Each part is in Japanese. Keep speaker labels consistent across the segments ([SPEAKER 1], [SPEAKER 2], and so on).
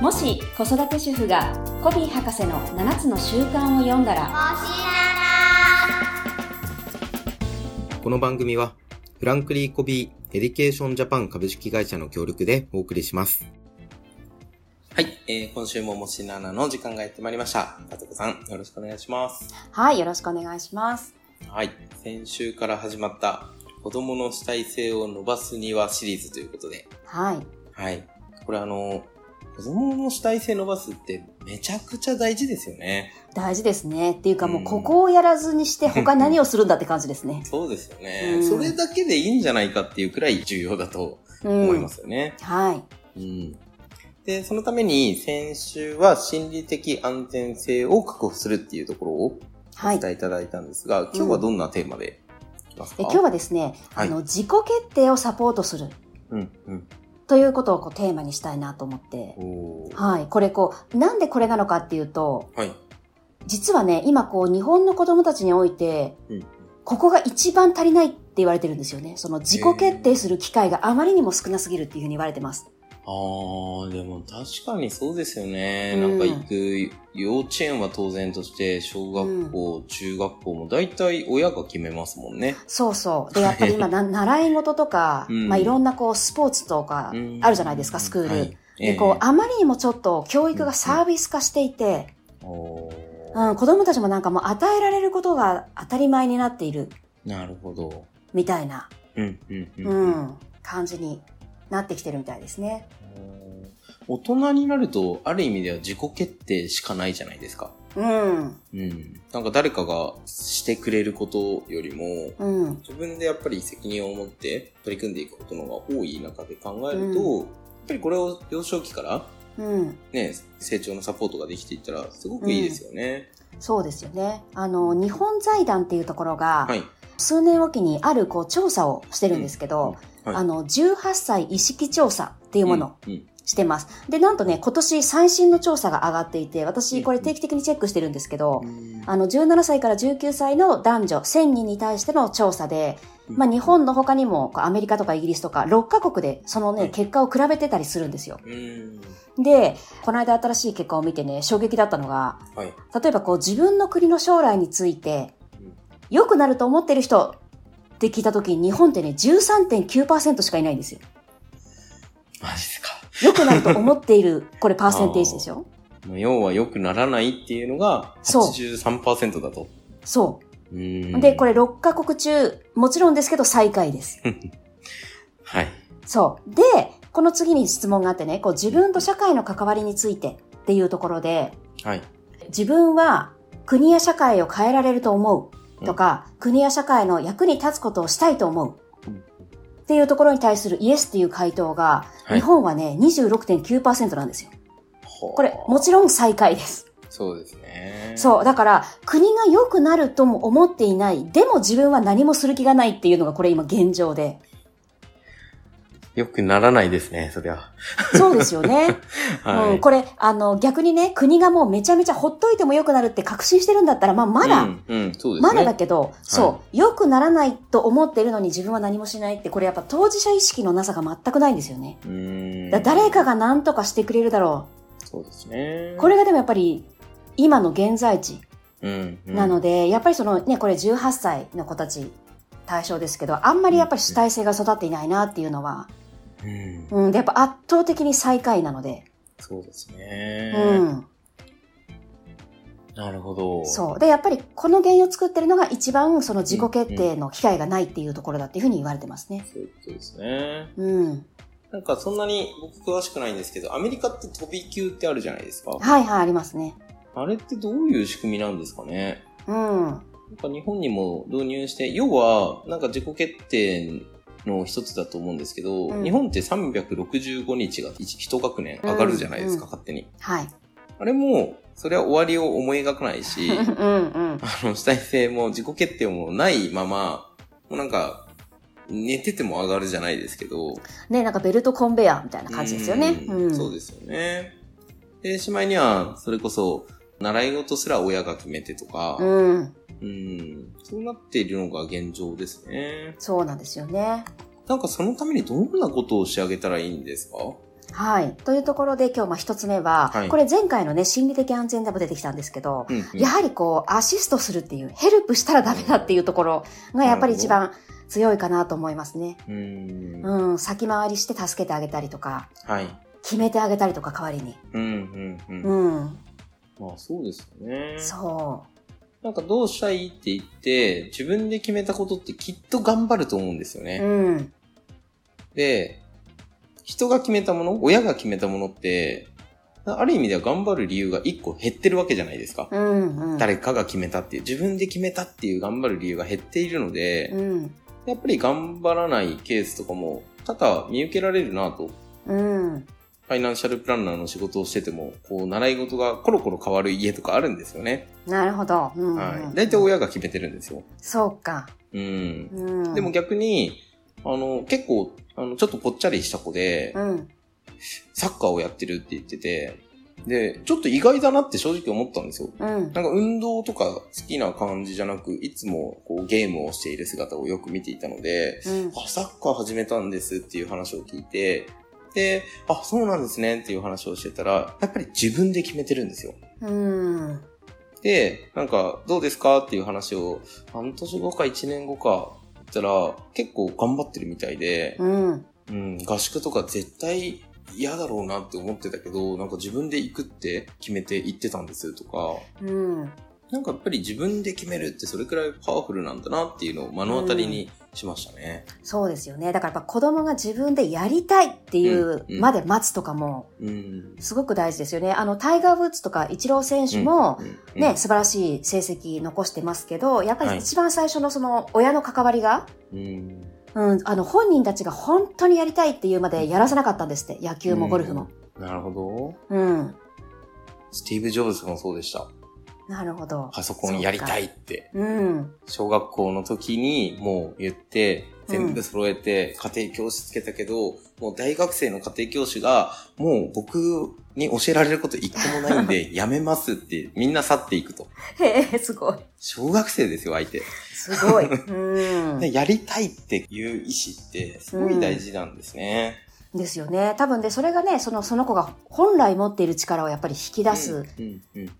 [SPEAKER 1] もし子育て主婦がコビー博士の7つの習慣を読んだら
[SPEAKER 2] この番組は、フランクリー・コビー・エディケーション・ジャパン株式会社の協力でお送りします。はい、えー、今週ももしななの時間がやってまいりました。かずこさん、よろしくお願いします。
[SPEAKER 1] はいよろしくお願いします
[SPEAKER 2] はい、先週から始まった、子供の主体性を伸ばすにはシリーズということで、
[SPEAKER 1] はい
[SPEAKER 2] はい、これあの、子供の主体性伸ばすってめちゃくちゃ大事ですよね。
[SPEAKER 1] 大事ですねっていうかもう
[SPEAKER 2] うん
[SPEAKER 1] ここをやらずにして他何をするんだって感じです ね
[SPEAKER 2] そうですよ
[SPEAKER 1] う
[SPEAKER 2] ね。
[SPEAKER 1] ん
[SPEAKER 2] それだけでいいんじゃないかっていうくらい重要だと
[SPEAKER 1] うん
[SPEAKER 2] 思いますよね。
[SPEAKER 1] はい
[SPEAKER 2] うんで、そのために先週は心理的安全性を確保するっていうところを
[SPEAKER 1] は
[SPEAKER 2] お
[SPEAKER 1] い
[SPEAKER 2] 伝えいただいたんですが、今日はどんなテーマでいきます
[SPEAKER 1] え
[SPEAKER 2] か
[SPEAKER 1] 今日はですね、
[SPEAKER 2] はい
[SPEAKER 1] あの自己決定をサポートする
[SPEAKER 2] うん、うん。
[SPEAKER 1] ということをこうテーマにしたいなと思って
[SPEAKER 2] おー
[SPEAKER 1] はいこれこうなんでこれなのかっていうと
[SPEAKER 2] はい。
[SPEAKER 1] 実はね今こう日本の子供たちにおいて
[SPEAKER 2] うん
[SPEAKER 1] ここが一番足りないって言われてるんですよねその自己決定する機会があまりにも少なすぎるっていうふうに言われてます
[SPEAKER 2] あー、でも確かにそうですよね。
[SPEAKER 1] うん
[SPEAKER 2] なんか行く幼稚園は当然として、小学校、中学校も大体親が決めますもんね。
[SPEAKER 1] そうそう。で、やっ ぱり今、な習い事とか、
[SPEAKER 2] うん
[SPEAKER 1] まあいろんなこう、スポーツとか
[SPEAKER 2] うん
[SPEAKER 1] あるじゃないですか、スクール。
[SPEAKER 2] はい
[SPEAKER 1] で、こう、あまりにもちょっと教育がサービス化していて、
[SPEAKER 2] えーおー
[SPEAKER 1] うん、子供たちもなんかもう与えられることが当たり前になっている、
[SPEAKER 2] なるほど。
[SPEAKER 1] みたいな、
[SPEAKER 2] うん、うん、うん。
[SPEAKER 1] う
[SPEAKER 2] うん
[SPEAKER 1] ん、感じになってきてるみたいですね。
[SPEAKER 2] 大人になると、ある意味では自己決定しかないじゃないですか。
[SPEAKER 1] うん、
[SPEAKER 2] うん。なんか誰かがしてくれることよりも、
[SPEAKER 1] うん、
[SPEAKER 2] 自分でやっぱり責任を持って取り組んでいくことの方が多い中で考えると、
[SPEAKER 1] う
[SPEAKER 2] やっぱりこれを幼少期から、
[SPEAKER 1] うん。
[SPEAKER 2] ね、成長のサポートができていったら、すごくいいですよね。
[SPEAKER 1] そうですよね。あの、日本財団っていうところが、
[SPEAKER 2] はい。
[SPEAKER 1] 数年おきにあるこう調査をしてるんですけど、
[SPEAKER 2] うんはい
[SPEAKER 1] あの、18歳意識調査っていうもの、
[SPEAKER 2] うん。うん
[SPEAKER 1] してます。で、なんとね、今年最新の調査が上がっていて、
[SPEAKER 2] う
[SPEAKER 1] 私
[SPEAKER 2] ん
[SPEAKER 1] これ定期的にチェックしてるんですけど、
[SPEAKER 2] うん
[SPEAKER 1] あの、17歳から19歳の男女1000人に対しての調査で、
[SPEAKER 2] うん
[SPEAKER 1] まあ日本の他にもこうアメリカとかイギリスとか6カ国でその
[SPEAKER 2] う
[SPEAKER 1] ね、
[SPEAKER 2] ん
[SPEAKER 1] 結果を比べてたりするんですよ。
[SPEAKER 2] うん。
[SPEAKER 1] で、この間新しい結果を見てね、衝撃だったのが、
[SPEAKER 2] はい。
[SPEAKER 1] 例えばこう自分の国の将来について
[SPEAKER 2] うん、
[SPEAKER 1] 良くなると思ってる人って聞いた時に日本ってね、13.9%しかいないんですよ。
[SPEAKER 2] マジですか。
[SPEAKER 1] 良くなると思っている、これパーセンテージでし ょ
[SPEAKER 2] もう要は良くならないっていうのが
[SPEAKER 1] そう
[SPEAKER 2] 83%だと。
[SPEAKER 1] そう。
[SPEAKER 2] うん
[SPEAKER 1] で、これ6カ国中、もちろんですけど最下位です。
[SPEAKER 2] はい。
[SPEAKER 1] そう。で、この次に質問があってね、こう自分と社会の関わりについてっていうところで、
[SPEAKER 2] はい。
[SPEAKER 1] 自分は国や社会を変えられると思うとか、国や社会の役に立つことをしたいと思う
[SPEAKER 2] うん
[SPEAKER 1] っていうところに対するイエスっていう回答が、
[SPEAKER 2] はい
[SPEAKER 1] 日本はね、26.9%なんですよ。
[SPEAKER 2] こ
[SPEAKER 1] これ、もちろん最下位です。
[SPEAKER 2] そうですね。
[SPEAKER 1] そう。だから、国が良くなるとも思っていない。でも自分は何もする気がないっていうのがこれ今現状で。
[SPEAKER 2] よくならないですね、そりゃ。
[SPEAKER 1] そうですよ ね。
[SPEAKER 2] は
[SPEAKER 1] う
[SPEAKER 2] い。
[SPEAKER 1] ん、これ、あの、逆にね、国がもうめちゃめちゃほっといても良くなるって確信してるんだったら、まあ、まだ、
[SPEAKER 2] うん、うんそうですね。
[SPEAKER 1] まだだけど、そう、良くならないと思ってるのに自分は何もしないって、これやっぱ当事者意識のなさが全くないんですよね。
[SPEAKER 2] うーん。
[SPEAKER 1] だ誰か。が何とかしてくれるだろ
[SPEAKER 2] そうですね
[SPEAKER 1] う。。これがでもやっぱり、今の現在地
[SPEAKER 2] うん、うん。
[SPEAKER 1] なので、やっぱりそのね、これ18歳の子たち対象ですけど、あんまりやっぱり主体性が育っていないなっていうのは、
[SPEAKER 2] うん。
[SPEAKER 1] うん、でやっぱ圧倒的に最下位なので、
[SPEAKER 2] そうです
[SPEAKER 1] う
[SPEAKER 2] ね。
[SPEAKER 1] ん。
[SPEAKER 2] なるほど。
[SPEAKER 1] そう。で、やっぱりこの原因を作ってるのが一番その自己決定の機会がないっていうところだっていうふうに言われてますね。
[SPEAKER 2] そういうことですね。
[SPEAKER 1] うん。
[SPEAKER 2] なんかそんなに僕詳しくないんですけど、アメリカって飛び級ってあるじゃないですか。
[SPEAKER 1] はいはい、ありますね。
[SPEAKER 2] あれってどういう仕組みなんですかね。
[SPEAKER 1] うん。
[SPEAKER 2] なんか日本にも導入して、要は、なんか自己決定の一つだと思うんですけど、
[SPEAKER 1] うん
[SPEAKER 2] 日本って365日が一一学年上がるじゃないですか、
[SPEAKER 1] うん
[SPEAKER 2] 勝手に。
[SPEAKER 1] はい。
[SPEAKER 2] あれも、それは終わりを思い描かな いし、
[SPEAKER 1] うんうん。
[SPEAKER 2] あの、主体性も自己決定もないまま、もうなんか、寝てても上がるじゃないですけど。
[SPEAKER 1] ね、なんかベルトコンベヤーみたいな感じですよね。
[SPEAKER 2] う
[SPEAKER 1] うんん。
[SPEAKER 2] そうですよね。で、しまいには、それこそ、習い事すら親が決めてとか、
[SPEAKER 1] うん。
[SPEAKER 2] うん、そうなっているのが現状ですね。
[SPEAKER 1] そうなんですよね。
[SPEAKER 2] なんかそのためにどんなことを仕上げたらいいんですか
[SPEAKER 1] はい。というところで今日まあ一つ目は、
[SPEAKER 2] はい
[SPEAKER 1] これ前回のね、心理的安全でも出てきたんですけど、
[SPEAKER 2] うんうん
[SPEAKER 1] やはりこう、アシストするっていう、ヘルプしたらダメだっていうところがやっぱり一番強いかなと思いますね。
[SPEAKER 2] うーん。
[SPEAKER 1] うん、先回りして助けてあげたりとか、
[SPEAKER 2] はい。
[SPEAKER 1] 決めてあげたりとか代わりに。
[SPEAKER 2] うんうんうん。
[SPEAKER 1] うん、
[SPEAKER 2] まあそうですよね。
[SPEAKER 1] そ
[SPEAKER 2] なんかどうしたいって言って、自分で決めたことってきっと頑張ると思うんですよ
[SPEAKER 1] う。
[SPEAKER 2] ね。
[SPEAKER 1] うん、
[SPEAKER 2] で、人が決めたもの、親が決めたものって、ある意味では頑張る理由が一個減ってるわけじゃないですか。
[SPEAKER 1] うん、うん。
[SPEAKER 2] 誰かが決めたっていう、自分で決めたっていう頑張る理由が減っているので、
[SPEAKER 1] うん、
[SPEAKER 2] やっぱり頑張らないケースとかも多々見受けられるなと。
[SPEAKER 1] うん、
[SPEAKER 2] ファイナンシャルプランナーの仕事をしてても、こう、習い事がコロコロ変わる家とかあるんですよね。
[SPEAKER 1] なるほど。うん、
[SPEAKER 2] はい。大体親が決めてるんですよ。
[SPEAKER 1] そうか。
[SPEAKER 2] うん。
[SPEAKER 1] うん。
[SPEAKER 2] でも、逆に、あの、結構、あの、ちょっとぽっちゃりした子で
[SPEAKER 1] う、ん、
[SPEAKER 2] サッカーをやってるって言ってて、で、ちょっと意外だなって正直思ったんですよ。
[SPEAKER 1] うん、
[SPEAKER 2] なんか運動とか好きな感じじゃなく、いつもこうゲームをしている姿をよく見ていたので、
[SPEAKER 1] うん、
[SPEAKER 2] あ、サッカー始めたんですっていう話を聞いて、で、あ、そうなんですねっていう話をしてたら、やっぱり自分で決めてるんですよ。
[SPEAKER 1] うん、
[SPEAKER 2] で、なんか、どうですかっていう話を、半年後か1年後か、言ったら、結構頑張ってるみたいで、
[SPEAKER 1] うん、
[SPEAKER 2] うん、合宿とか絶対嫌だろうなって思ってたけど、なんか自分で行くって決めて行ってたんですとか、
[SPEAKER 1] うん、
[SPEAKER 2] なんかやっぱり自分で決めるってそれくらいパワフルなんだなっていうのを目の当たりにしましたね。
[SPEAKER 1] そうですよね。だからやっぱ子供が自分でやりたいっていう
[SPEAKER 2] うんうん
[SPEAKER 1] まで待つとかも
[SPEAKER 2] うん。
[SPEAKER 1] すごく大事ですよね。あの、タイガー・ウッズとかイチロー選手も、
[SPEAKER 2] うん、うん
[SPEAKER 1] ね、素晴らしい成績残してますけど、やっぱ
[SPEAKER 2] はい
[SPEAKER 1] り一番最初のその親の関わりが、
[SPEAKER 2] うん。
[SPEAKER 1] うん、あの、本人たちが本当にやりたいっていうまでやらせなかったんですって、野球もゴルフも。
[SPEAKER 2] うん。なるほ
[SPEAKER 1] うん。
[SPEAKER 2] ど。スティーブ・ジョブズもそうでした。
[SPEAKER 1] なるほど。
[SPEAKER 2] パソコンやりたいって。
[SPEAKER 1] うん。
[SPEAKER 2] 小学校の時にもう言って、全部揃えて家庭教師つけたけど、もう大学生の家庭教師が、もう僕に教えられること一個もないんで、 やめますってみんな去っていくと。
[SPEAKER 1] へえ、 すごい。
[SPEAKER 2] 小学生ですよ、相手。
[SPEAKER 1] す ごい。うん。
[SPEAKER 2] でやりたいっていう意思って、すごい大事なんですね。
[SPEAKER 1] ですよね。多分で、それがね、その、その子が本来持っている力をやっぱり引き出す、
[SPEAKER 2] うん。うん。うん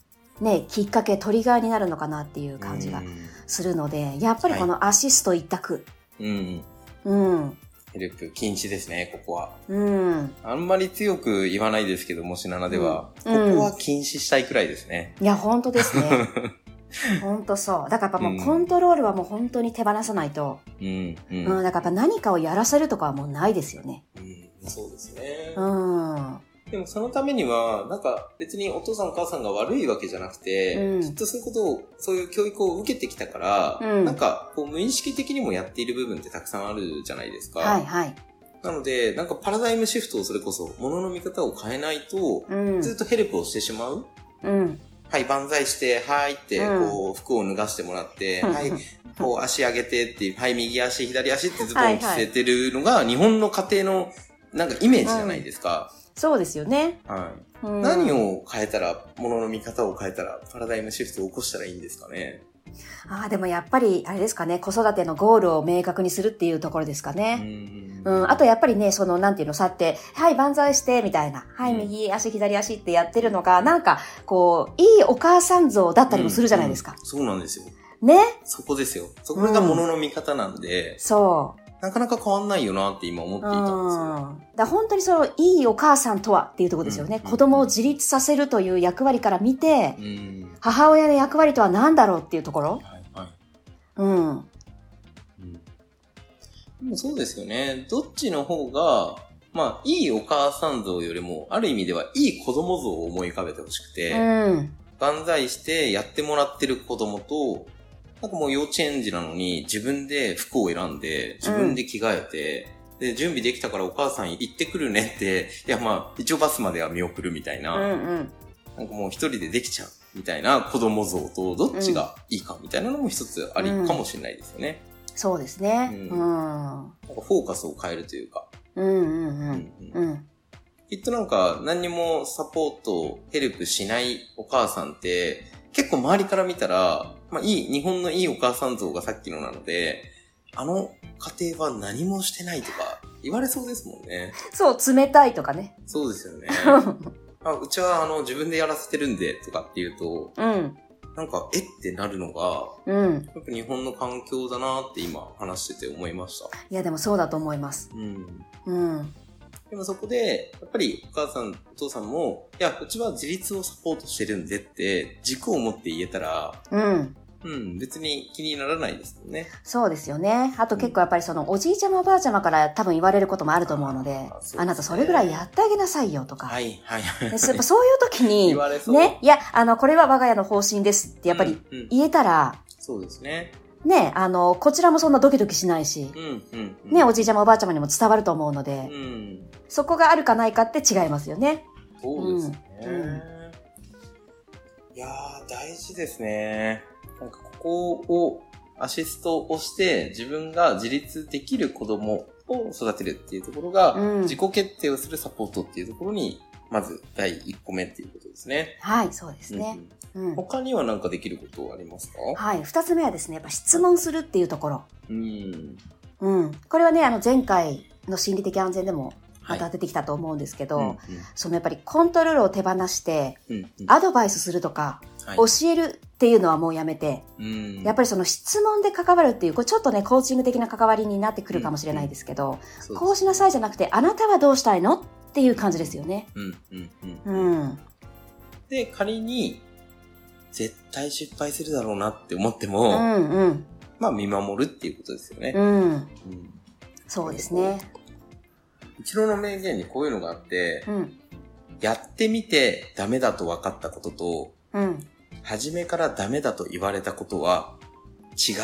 [SPEAKER 1] ね、きっかけ、トリガーになるのかなっていう感じがするので、やっぱりこのアシスト一択。
[SPEAKER 2] うん。うん
[SPEAKER 1] うん。
[SPEAKER 2] ヘルプ禁止ですね、ここは。
[SPEAKER 1] うん。
[SPEAKER 2] あんまり強く言わないですけども、しななでは、
[SPEAKER 1] うん
[SPEAKER 2] ここは禁止したいくらいですね。
[SPEAKER 1] いや、本当です ね。本当そう。だからやっぱもうコントロールはもう本当に手放さないと。
[SPEAKER 2] うん。
[SPEAKER 1] う
[SPEAKER 2] う。
[SPEAKER 1] んん。だからやっぱ何かをやらせるとかはもうないですよね。
[SPEAKER 2] うん、そうですね。
[SPEAKER 1] うん。
[SPEAKER 2] でもそのためには、なんか別にお父さんお母さんが悪いわけじゃなくて、
[SPEAKER 1] うん
[SPEAKER 2] きっとそういうことを、そういう教育を受けてきたから、
[SPEAKER 1] うん
[SPEAKER 2] なんかこう無意識的にもやっている部分ってたくさんあるじゃないですか。
[SPEAKER 1] はいはい。
[SPEAKER 2] なので、なんかパラダイムシフトをそれこそ、ものの見方を変えないと、
[SPEAKER 1] うん。
[SPEAKER 2] ずっとヘルプをしてしまう。
[SPEAKER 1] うん。
[SPEAKER 2] はい、万歳して、はいって、
[SPEAKER 1] うん
[SPEAKER 2] こう、服を脱がしてもらって、
[SPEAKER 1] うん
[SPEAKER 2] はい、こう、足上げてっていう、はい、右足、左足ってずっと
[SPEAKER 1] はいは
[SPEAKER 2] 着
[SPEAKER 1] い
[SPEAKER 2] せてるのが、日本の家庭の、なんかイメージじゃないですか。
[SPEAKER 1] そうですよね。
[SPEAKER 2] はい。
[SPEAKER 1] うん、
[SPEAKER 2] 何を変えたら、ものの見方を変えたら、パラダイムシフトを起こしたらいいんですかね。
[SPEAKER 1] ああ、でもやっぱり、あれですかね、子育てのゴールを明確にするっていうところですかね。うん、あと
[SPEAKER 2] や、
[SPEAKER 1] やっぱりね、その、なんていうの、さって、はい、万歳して、みたいな、はい、
[SPEAKER 2] うん
[SPEAKER 1] 右足、左足ってやってるのが、なんか、こう、いいお母さん像だったりもするじゃないですか
[SPEAKER 2] うん。うんそうなんですよ。
[SPEAKER 1] ね
[SPEAKER 2] そこですよ。そこがものの見方なんで、
[SPEAKER 1] そ
[SPEAKER 2] なかなか変わんないよなって今思っ
[SPEAKER 1] う。
[SPEAKER 2] て
[SPEAKER 1] う
[SPEAKER 2] い
[SPEAKER 1] ん。だ
[SPEAKER 2] たんですよ。
[SPEAKER 1] から本当にその、いいお母さんとはっていうところですよね。
[SPEAKER 2] うん
[SPEAKER 1] 子供を自立させるという役割から見て、
[SPEAKER 2] うん。
[SPEAKER 1] 母親の役割とは何だろうっていうところ
[SPEAKER 2] はいはい。
[SPEAKER 1] うん。
[SPEAKER 2] うんでもそうですよね。どっちの方が、まあ、いいお母さん像よりも、ある意味では、いい子供像を思い浮かべてほしくて、
[SPEAKER 1] うん。
[SPEAKER 2] 万歳してやってもらってる子供と、なんかもう幼稚園児なのに自分で服を選んで、自分で着替えて、で、準備できたからお母さん行ってくるねって、いやまあ、一応バスまでは見送るみたいな、
[SPEAKER 1] うん
[SPEAKER 2] なんかもう一人でできちゃうみたいな子供像と、どっちがいいかみたいなのも一つありかもしれないですよね。
[SPEAKER 1] そうですね。
[SPEAKER 2] う
[SPEAKER 1] うん。
[SPEAKER 2] なんかフォーカスを変えるというか。
[SPEAKER 1] うんうんうん。
[SPEAKER 2] ううんん
[SPEAKER 1] うん。
[SPEAKER 2] きっとなんか何にもサポート、ヘルプしないお母さんって、結構周りから見たら、まあいい、日本のいいお母さん像がさっきのなので、あの家庭は何もしてないとか、言われそうですもんね。
[SPEAKER 1] そう、冷たいとかね。
[SPEAKER 2] そうですよね。あうちはあの自分でやらせてるんでとかっていうと、
[SPEAKER 1] うん。
[SPEAKER 2] なんか、えってなるのが、
[SPEAKER 1] うん。
[SPEAKER 2] やっぱ日本の環境だなって今話してて思いました。
[SPEAKER 1] いや、でもそうだと思います。
[SPEAKER 2] うん。
[SPEAKER 1] うん。
[SPEAKER 2] でもそこで、やっぱりお母さん、お父さんも、いや、うちは自立をサポートしてるんでって、軸を持って言えたら、
[SPEAKER 1] うん。
[SPEAKER 2] うん、別に気にならないですもんね。
[SPEAKER 1] そうですよね。あと結構やっぱりその、おじいちゃまおばあちゃまから多分言われることもあると思うので、
[SPEAKER 2] あーそうですね
[SPEAKER 1] あなたそれぐらいやってあげなさいよとか。
[SPEAKER 2] はい、はい。
[SPEAKER 1] でやっぱそういう時に
[SPEAKER 2] 言、われそう。
[SPEAKER 1] ね、いや、あの、これは我が家の方針ですってやっぱり
[SPEAKER 2] うん、うん
[SPEAKER 1] 言えたら、
[SPEAKER 2] そうですね。
[SPEAKER 1] ね、あの、こちらもそんなドキドキしないし
[SPEAKER 2] う、ん、うん。うん
[SPEAKER 1] ね、おじいちゃまおばあちゃまにも伝わると思うの
[SPEAKER 2] う
[SPEAKER 1] で、
[SPEAKER 2] ん。
[SPEAKER 1] そこがあるかないかって違いますよね。
[SPEAKER 2] そうですね。
[SPEAKER 1] うん
[SPEAKER 2] いやー、大事ですね。なんかここをアシストをして自分が自立できる子供を育てるっていうところが、
[SPEAKER 1] うん
[SPEAKER 2] 自己決定をするサポートっていうところに、まず第一歩目っていうことですね。
[SPEAKER 1] はい、そうですね。う
[SPEAKER 2] うんん。他には何かできることありますか
[SPEAKER 1] はい、二つ目はですね、やっぱ質問するっていうところ。
[SPEAKER 2] うん。
[SPEAKER 1] うん。これはね、あの、前回の心理的安全でも
[SPEAKER 2] は
[SPEAKER 1] ま
[SPEAKER 2] い
[SPEAKER 1] た出てきたと思うんですけど、
[SPEAKER 2] うん
[SPEAKER 1] そのやっぱりコントロールを手放して、
[SPEAKER 2] うんうんうん
[SPEAKER 1] アドバイスするとか、
[SPEAKER 2] はい
[SPEAKER 1] 教えるっていうのはもうやめて、
[SPEAKER 2] うん
[SPEAKER 1] やっぱりその質問で関わるっていう、これちょっとね、コーチング的な関わりになってくるかもしれないですけど、
[SPEAKER 2] そうです
[SPEAKER 1] こうしなさいじゃなくて、あなたはどうしたいのっていう感じですよね。
[SPEAKER 2] うんうんうん
[SPEAKER 1] うん。
[SPEAKER 2] で、仮に、絶対失敗するだろうなって思っても、
[SPEAKER 1] うんうん。
[SPEAKER 2] まあ見守るっていうことですよね。
[SPEAKER 1] うん。
[SPEAKER 2] うん
[SPEAKER 1] そうですね。
[SPEAKER 2] 一郎の名言にこういうのがあって、
[SPEAKER 1] うん。
[SPEAKER 2] やってみてダメだと分かったことと、
[SPEAKER 1] うん。
[SPEAKER 2] 初めからダメだと言われたことは、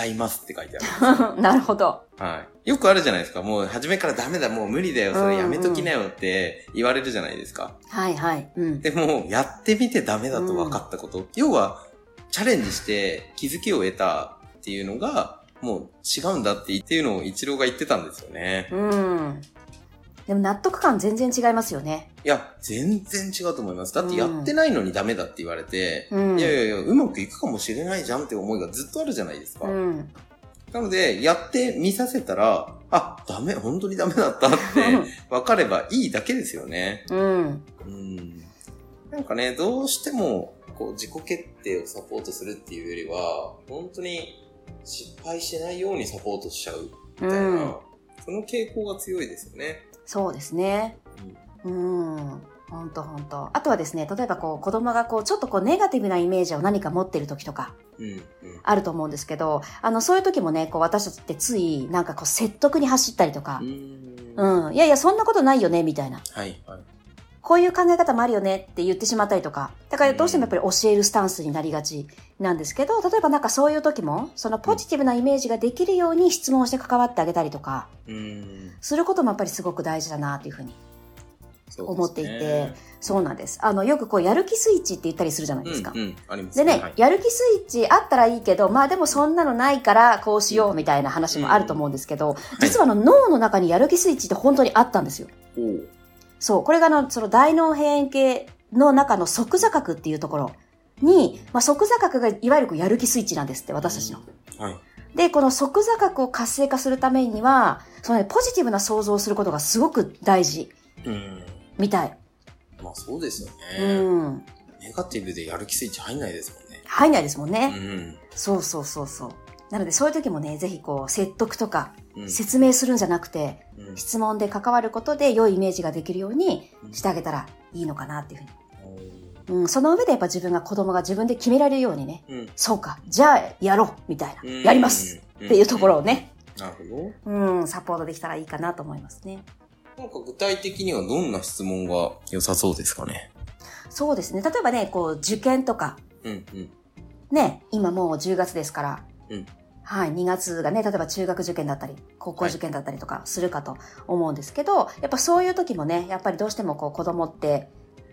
[SPEAKER 2] 違いますって書いてあ
[SPEAKER 1] なるほど。
[SPEAKER 2] る。はい。よくあるじゃないですか。もう、初めからダメだ、もう無理だよ、それやめときなよって言われるじゃないですか。
[SPEAKER 1] はいはい。うん。
[SPEAKER 2] でも、やってみてダメだと分かったこと。要は、チャレンジして気づきを得たっていうのが、もう違うんだってっていうのを一郎が言ってたんですよね。
[SPEAKER 1] うん。でも納得感全然違いますよね。
[SPEAKER 2] いや、全然違うと思います。だってやってないのにダメだって言われて、
[SPEAKER 1] うん。
[SPEAKER 2] いやいやいや、うまくいくかもしれないじゃんって思いがずっとあるじゃないですか。
[SPEAKER 1] うん。
[SPEAKER 2] なので、やってみさせたら、あ、ダメ、本当にダメだったって 分かればいいだけですよね。
[SPEAKER 1] うん。
[SPEAKER 2] うん。なんかね、どうしても、こう、自己決定をサポートするっていうよりは、本当に失敗しないようにサポートしちゃうみたいな、
[SPEAKER 1] うん。
[SPEAKER 2] その傾向が強いですよね。
[SPEAKER 1] そうですね。うん。ほんとほんと。あとはですね、例えばこう子供がこうちょっとこうネガティブなイメージを何か持ってる時とか
[SPEAKER 2] うん、うん、
[SPEAKER 1] あると思うんですけど、あのそういう時もね、こう私たちってついなんかこう説得に走ったりとか
[SPEAKER 2] う、ん。は
[SPEAKER 1] うん。いやいや、そんなことないよね、みたいな。
[SPEAKER 2] い、はい。
[SPEAKER 1] こういう考え方もあるよねって言ってしまったりとか。だからどうしてもやっぱり教えるスタンスになりがちなんですけど、例えばなんかそういう時も、そのポジティブなイメージができるように質問して関わってあげたりとか、
[SPEAKER 2] うん。
[SPEAKER 1] することもやっぱりすごく大事だなっていうふうに
[SPEAKER 2] そうですね
[SPEAKER 1] 思っていて、そうなんです。あの、よくこう、やる気スイッチって言ったりするじゃないですか。
[SPEAKER 2] うん、うん、あります
[SPEAKER 1] でね、
[SPEAKER 2] はい
[SPEAKER 1] やる気スイッチあったらいいけど、まあでもそんなのないからこうしようみたいな話もあると思うんですけど、実はあの脳の中にやる気スイッチって本当にあったんですよ。
[SPEAKER 2] おう
[SPEAKER 1] そう、これがあの、その大脳辺縁系の中の側座角っていうところに、まあ、側座角がいわゆるこうやる気スイッチなんですって、私たちの。
[SPEAKER 2] はい。
[SPEAKER 1] で、この側座角を活性化するためには、そのね、ポジティブな想像をすることがすごく大事
[SPEAKER 2] うん。
[SPEAKER 1] みたい。
[SPEAKER 2] まあそうですよ
[SPEAKER 1] う
[SPEAKER 2] ね。
[SPEAKER 1] ん。
[SPEAKER 2] ネガティブでやる気スイッチ入んないですもんね。
[SPEAKER 1] 入んないですもんね。
[SPEAKER 2] う
[SPEAKER 1] そうそうそうそう。なのでそういう時もね、ぜひこう、説得とか、
[SPEAKER 2] ん。うん
[SPEAKER 1] 説明するんじゃなくて、
[SPEAKER 2] うん
[SPEAKER 1] 質問で関わることで良いイメージができるようにしてあげたらいいのかなっていうふうに。うん、その上でやっぱ自分が子供が自分で決められるようにね、
[SPEAKER 2] うん
[SPEAKER 1] そうか、じゃあやろうみたいな、
[SPEAKER 2] うん
[SPEAKER 1] やりますっていうところを。ね、
[SPEAKER 2] うんなるほ
[SPEAKER 1] うん、サポートできたらいいかなと思いますね。
[SPEAKER 2] ど。なんか具体的にはどんな質問が良さそうですかね。
[SPEAKER 1] そうですね。例えばね、こう、受験とか、
[SPEAKER 2] うんうん。
[SPEAKER 1] ね、今もう10月ですから、
[SPEAKER 2] うん
[SPEAKER 1] はい、2月がね、例えば中学受験だったり、高校受験だったりとかするかと思うんですけど、やっぱそういう時もね、やっぱりどうしてもこう子供って、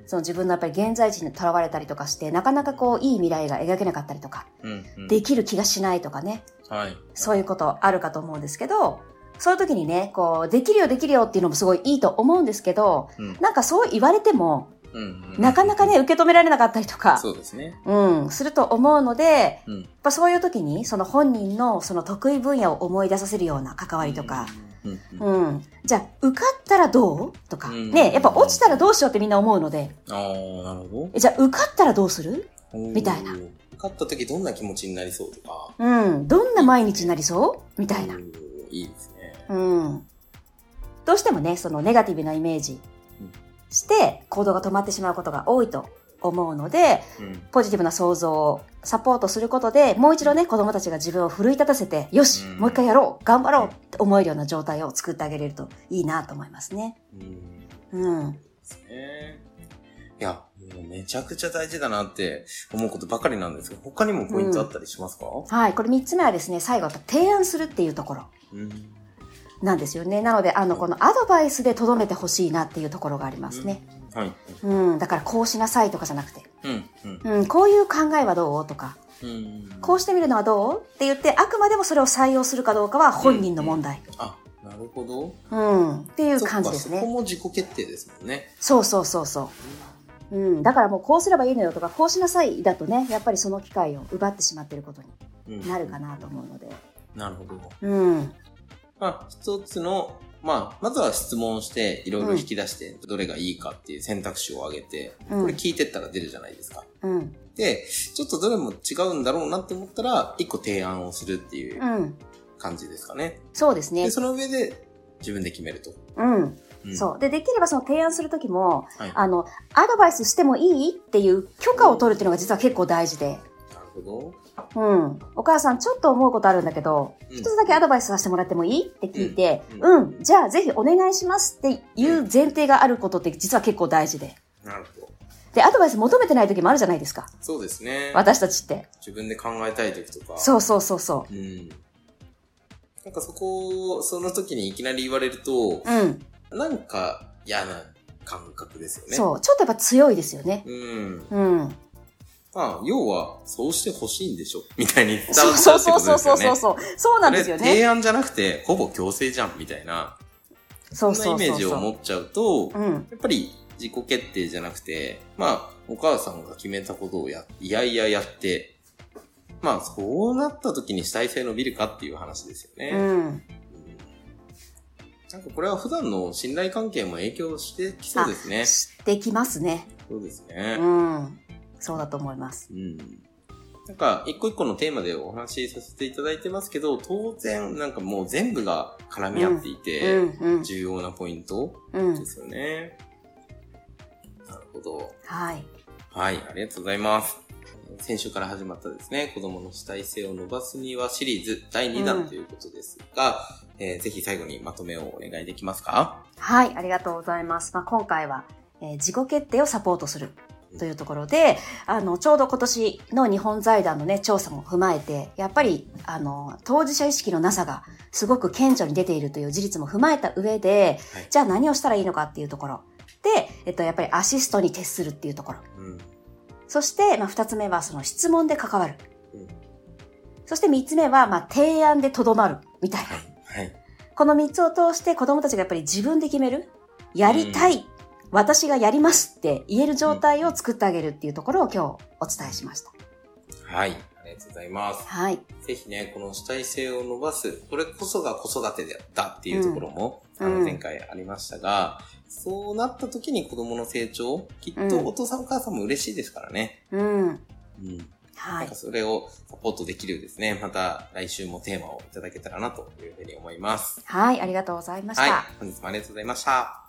[SPEAKER 1] その自分のやっぱり現在地にとらわれたりとかして、なかなかこういい未来が描けなかったりとか、
[SPEAKER 2] うんうん。
[SPEAKER 1] できる気がしないとかね、
[SPEAKER 2] はい。
[SPEAKER 1] そういうことあるかと思うんですけど、そういう時にね、こう、できるよできるよっていうのもすごいいいと思うんですけど、
[SPEAKER 2] うん
[SPEAKER 1] なんかそう言われても、
[SPEAKER 2] うんうん
[SPEAKER 1] なかなかね、。受け止められなかったりとか、
[SPEAKER 2] そうですね。
[SPEAKER 1] うん、すると思うので、
[SPEAKER 2] う
[SPEAKER 1] や
[SPEAKER 2] ん
[SPEAKER 1] っぱそういう時に、その本人のその得意分野を思い出させるような関わりとか、
[SPEAKER 2] うんうん
[SPEAKER 1] うん。じゃあ、受かったらどうとか、
[SPEAKER 2] うん
[SPEAKER 1] ね、やっぱ落ちたらどうしようってみんな思うので、
[SPEAKER 2] ああ、なるほ
[SPEAKER 1] えじゃあ、受かったらどうする
[SPEAKER 2] ど。
[SPEAKER 1] みたいな
[SPEAKER 2] おー。勝った時どんな気持ちになりそうとか。
[SPEAKER 1] うん。どんな毎日になりそうみたいな
[SPEAKER 2] お。ー。いいですね。
[SPEAKER 1] うん。どうしてもね、そのネガティブなイメージ
[SPEAKER 2] うん
[SPEAKER 1] して行動が止まってしまうことが多いと思うので、
[SPEAKER 2] うん。
[SPEAKER 1] ポジティブな想像をサポートすることで、もう一度ね、子供たちが自分を奮い立たせて、よし
[SPEAKER 2] うん、
[SPEAKER 1] もう一回やろう、頑張ろうって思えるような状態を作ってあげれるといいなと思いますね。
[SPEAKER 2] うん。で
[SPEAKER 1] うん。
[SPEAKER 2] すね。いや、もうめちゃくちゃ大事だなって思うことばかりなんですが、他にもポイントあったりしますか
[SPEAKER 1] はい。これ三つ目はですね、最後、提案するっていうところ
[SPEAKER 2] うん。
[SPEAKER 1] なんですよね。なので、あの、このアドバイスでとどめてほしいなっていうところがありますね。
[SPEAKER 2] うん。はい。
[SPEAKER 1] うん。だから、こうしなさいとかじゃなくて、
[SPEAKER 2] うん。うん。
[SPEAKER 1] うん、こういう考えはどうとか、
[SPEAKER 2] うん。
[SPEAKER 1] こうしてみるのはどうって言って、あくまでもそれを採用するかどうかは本人の問題。
[SPEAKER 2] あ、なるほど。
[SPEAKER 1] うん。っていう感じです
[SPEAKER 2] そっかそこ
[SPEAKER 1] ね。
[SPEAKER 2] も自己決定ですもんね。
[SPEAKER 1] そうそうそうそう。うん。だからもうこうすればいいのよとか、こうしなさいだとね、やっぱりその機会を奪ってしまっていることに
[SPEAKER 2] うん
[SPEAKER 1] なるか。なと思うので。
[SPEAKER 2] なるほど。
[SPEAKER 1] うん。
[SPEAKER 2] まあ、一つの、まあ、まずは質問して、いろいろ引き出して、どれがいいかっていう選択肢を挙げて、
[SPEAKER 1] うん
[SPEAKER 2] これ聞いてったら出るじゃないですか。
[SPEAKER 1] うん。
[SPEAKER 2] で、ちょっとどれも違うんだろうなって思ったら、一個提案をするっていう
[SPEAKER 1] うん。
[SPEAKER 2] 感じですかね。
[SPEAKER 1] そうですね
[SPEAKER 2] で、。その上で、自分で決めると。
[SPEAKER 1] うん。
[SPEAKER 2] うん
[SPEAKER 1] そう。で、できればその提案するときも、
[SPEAKER 2] はい
[SPEAKER 1] あの、アドバイスしてもいいっていう許可を取るっていうのが実は結構大事で。
[SPEAKER 2] なるほど。
[SPEAKER 1] うん。お母さん、ちょっと思うことあるんだけど、
[SPEAKER 2] うん
[SPEAKER 1] 一つだけアドバイスさせてもらってもいいって聞いて、
[SPEAKER 2] う
[SPEAKER 1] うんん、じゃあぜひお願いしますっていう前提があることって実は結構大事で。
[SPEAKER 2] なるほど。
[SPEAKER 1] で、アドバイス求めてない時もあるじゃないですか。
[SPEAKER 2] そうですね。
[SPEAKER 1] 私たちって。
[SPEAKER 2] 自分で考えたい時とか。
[SPEAKER 1] そうそうそうそ
[SPEAKER 2] うん。なんかそこを、その時にいきなり言われると、
[SPEAKER 1] う。うん。
[SPEAKER 2] なんか嫌な感覚ですよね。
[SPEAKER 1] そう。ちょっとやっぱ強いですよね。
[SPEAKER 2] う。うん。
[SPEAKER 1] うん。
[SPEAKER 2] まあ、要は、そうしてほしいんでしょみたいに伝わっちゃ
[SPEAKER 1] そううそう
[SPEAKER 2] って
[SPEAKER 1] そ
[SPEAKER 2] こ
[SPEAKER 1] う
[SPEAKER 2] と
[SPEAKER 1] そう
[SPEAKER 2] です
[SPEAKER 1] そ
[SPEAKER 2] よ
[SPEAKER 1] う
[SPEAKER 2] ね。
[SPEAKER 1] そうそう。そうなんですよ
[SPEAKER 2] これ提
[SPEAKER 1] ね。
[SPEAKER 2] 案じゃなくて、ほぼ強制じゃんみたいな、
[SPEAKER 1] そう
[SPEAKER 2] そんな
[SPEAKER 1] そう
[SPEAKER 2] イメー
[SPEAKER 1] そう
[SPEAKER 2] ジを
[SPEAKER 1] そ
[SPEAKER 2] 持
[SPEAKER 1] う。
[SPEAKER 2] っちゃうと、や
[SPEAKER 1] うん。
[SPEAKER 2] っぱり自己決定じゃなくて、まあ、お母さんが決めたことをや、いやいややって、まあ、そうなった時に主体性伸びるかっていう話ですよね。
[SPEAKER 1] うん。
[SPEAKER 2] なんかこれは普段の信頼関係も影響してきそうですね。
[SPEAKER 1] してきますね。
[SPEAKER 2] そうです
[SPEAKER 1] う
[SPEAKER 2] ね。
[SPEAKER 1] ん。そうだと思います。
[SPEAKER 2] うん。なんか、一個一個のテーマでお話しさせていただいてますけど、当然、なんかもう全部が絡み合っていて、
[SPEAKER 1] うん
[SPEAKER 2] 重要なポイント
[SPEAKER 1] うん。う
[SPEAKER 2] で
[SPEAKER 1] ん。
[SPEAKER 2] すよね。なるほど。
[SPEAKER 1] はい。
[SPEAKER 2] はい、ありがとうございます。先週から始まったですね、子供の主体性を伸ばすにはシリーズ第2
[SPEAKER 1] う
[SPEAKER 2] 弾
[SPEAKER 1] ん
[SPEAKER 2] ということですが、えーぜひ最後にまとめをお願いできますか
[SPEAKER 1] はい、ありがとうございます。まあ、今回は、えー自己決定をサポートするというところで、あの、ちょうど今年の日本財団のね、調査も踏まえて、やっぱり、あの、当事者意識のなさがすごく顕著に出ているという事実も踏まえた上で、
[SPEAKER 2] はい
[SPEAKER 1] じゃあ何をしたらいいのかっていうところ。で、えっと、やっぱりアシストに徹するっていうところ。
[SPEAKER 2] うん。
[SPEAKER 1] そして、まあ、二つ目はその質問で関わる。
[SPEAKER 2] うん
[SPEAKER 1] そして三つ目は、まあ、提案でとどまる。みたいな。
[SPEAKER 2] はい。
[SPEAKER 1] この3つを通して子供たちがやっぱり自分で決める。やりたい。私がやりますって言える状態を作ってあげるっていうところを今日お伝えしました。
[SPEAKER 2] はい。ありがとうございます。
[SPEAKER 1] はい。
[SPEAKER 2] ぜひね、この主体性を伸ばす、これこそが子育てだったっていうところも、
[SPEAKER 1] うん
[SPEAKER 2] あ
[SPEAKER 1] う
[SPEAKER 2] の
[SPEAKER 1] ん
[SPEAKER 2] 前回ありましたが、そうなった時に子供の成長、きっ
[SPEAKER 1] う
[SPEAKER 2] と
[SPEAKER 1] ん
[SPEAKER 2] お父さんお母さんも嬉しいですからね。
[SPEAKER 1] うん。
[SPEAKER 2] うん。
[SPEAKER 1] は
[SPEAKER 2] なん
[SPEAKER 1] い
[SPEAKER 2] か。それをサポートできるですね。また来週もテーマをいただけたらなというふうに思います。
[SPEAKER 1] はい。ありがとうございました。
[SPEAKER 2] はい。本日もありがとうございました。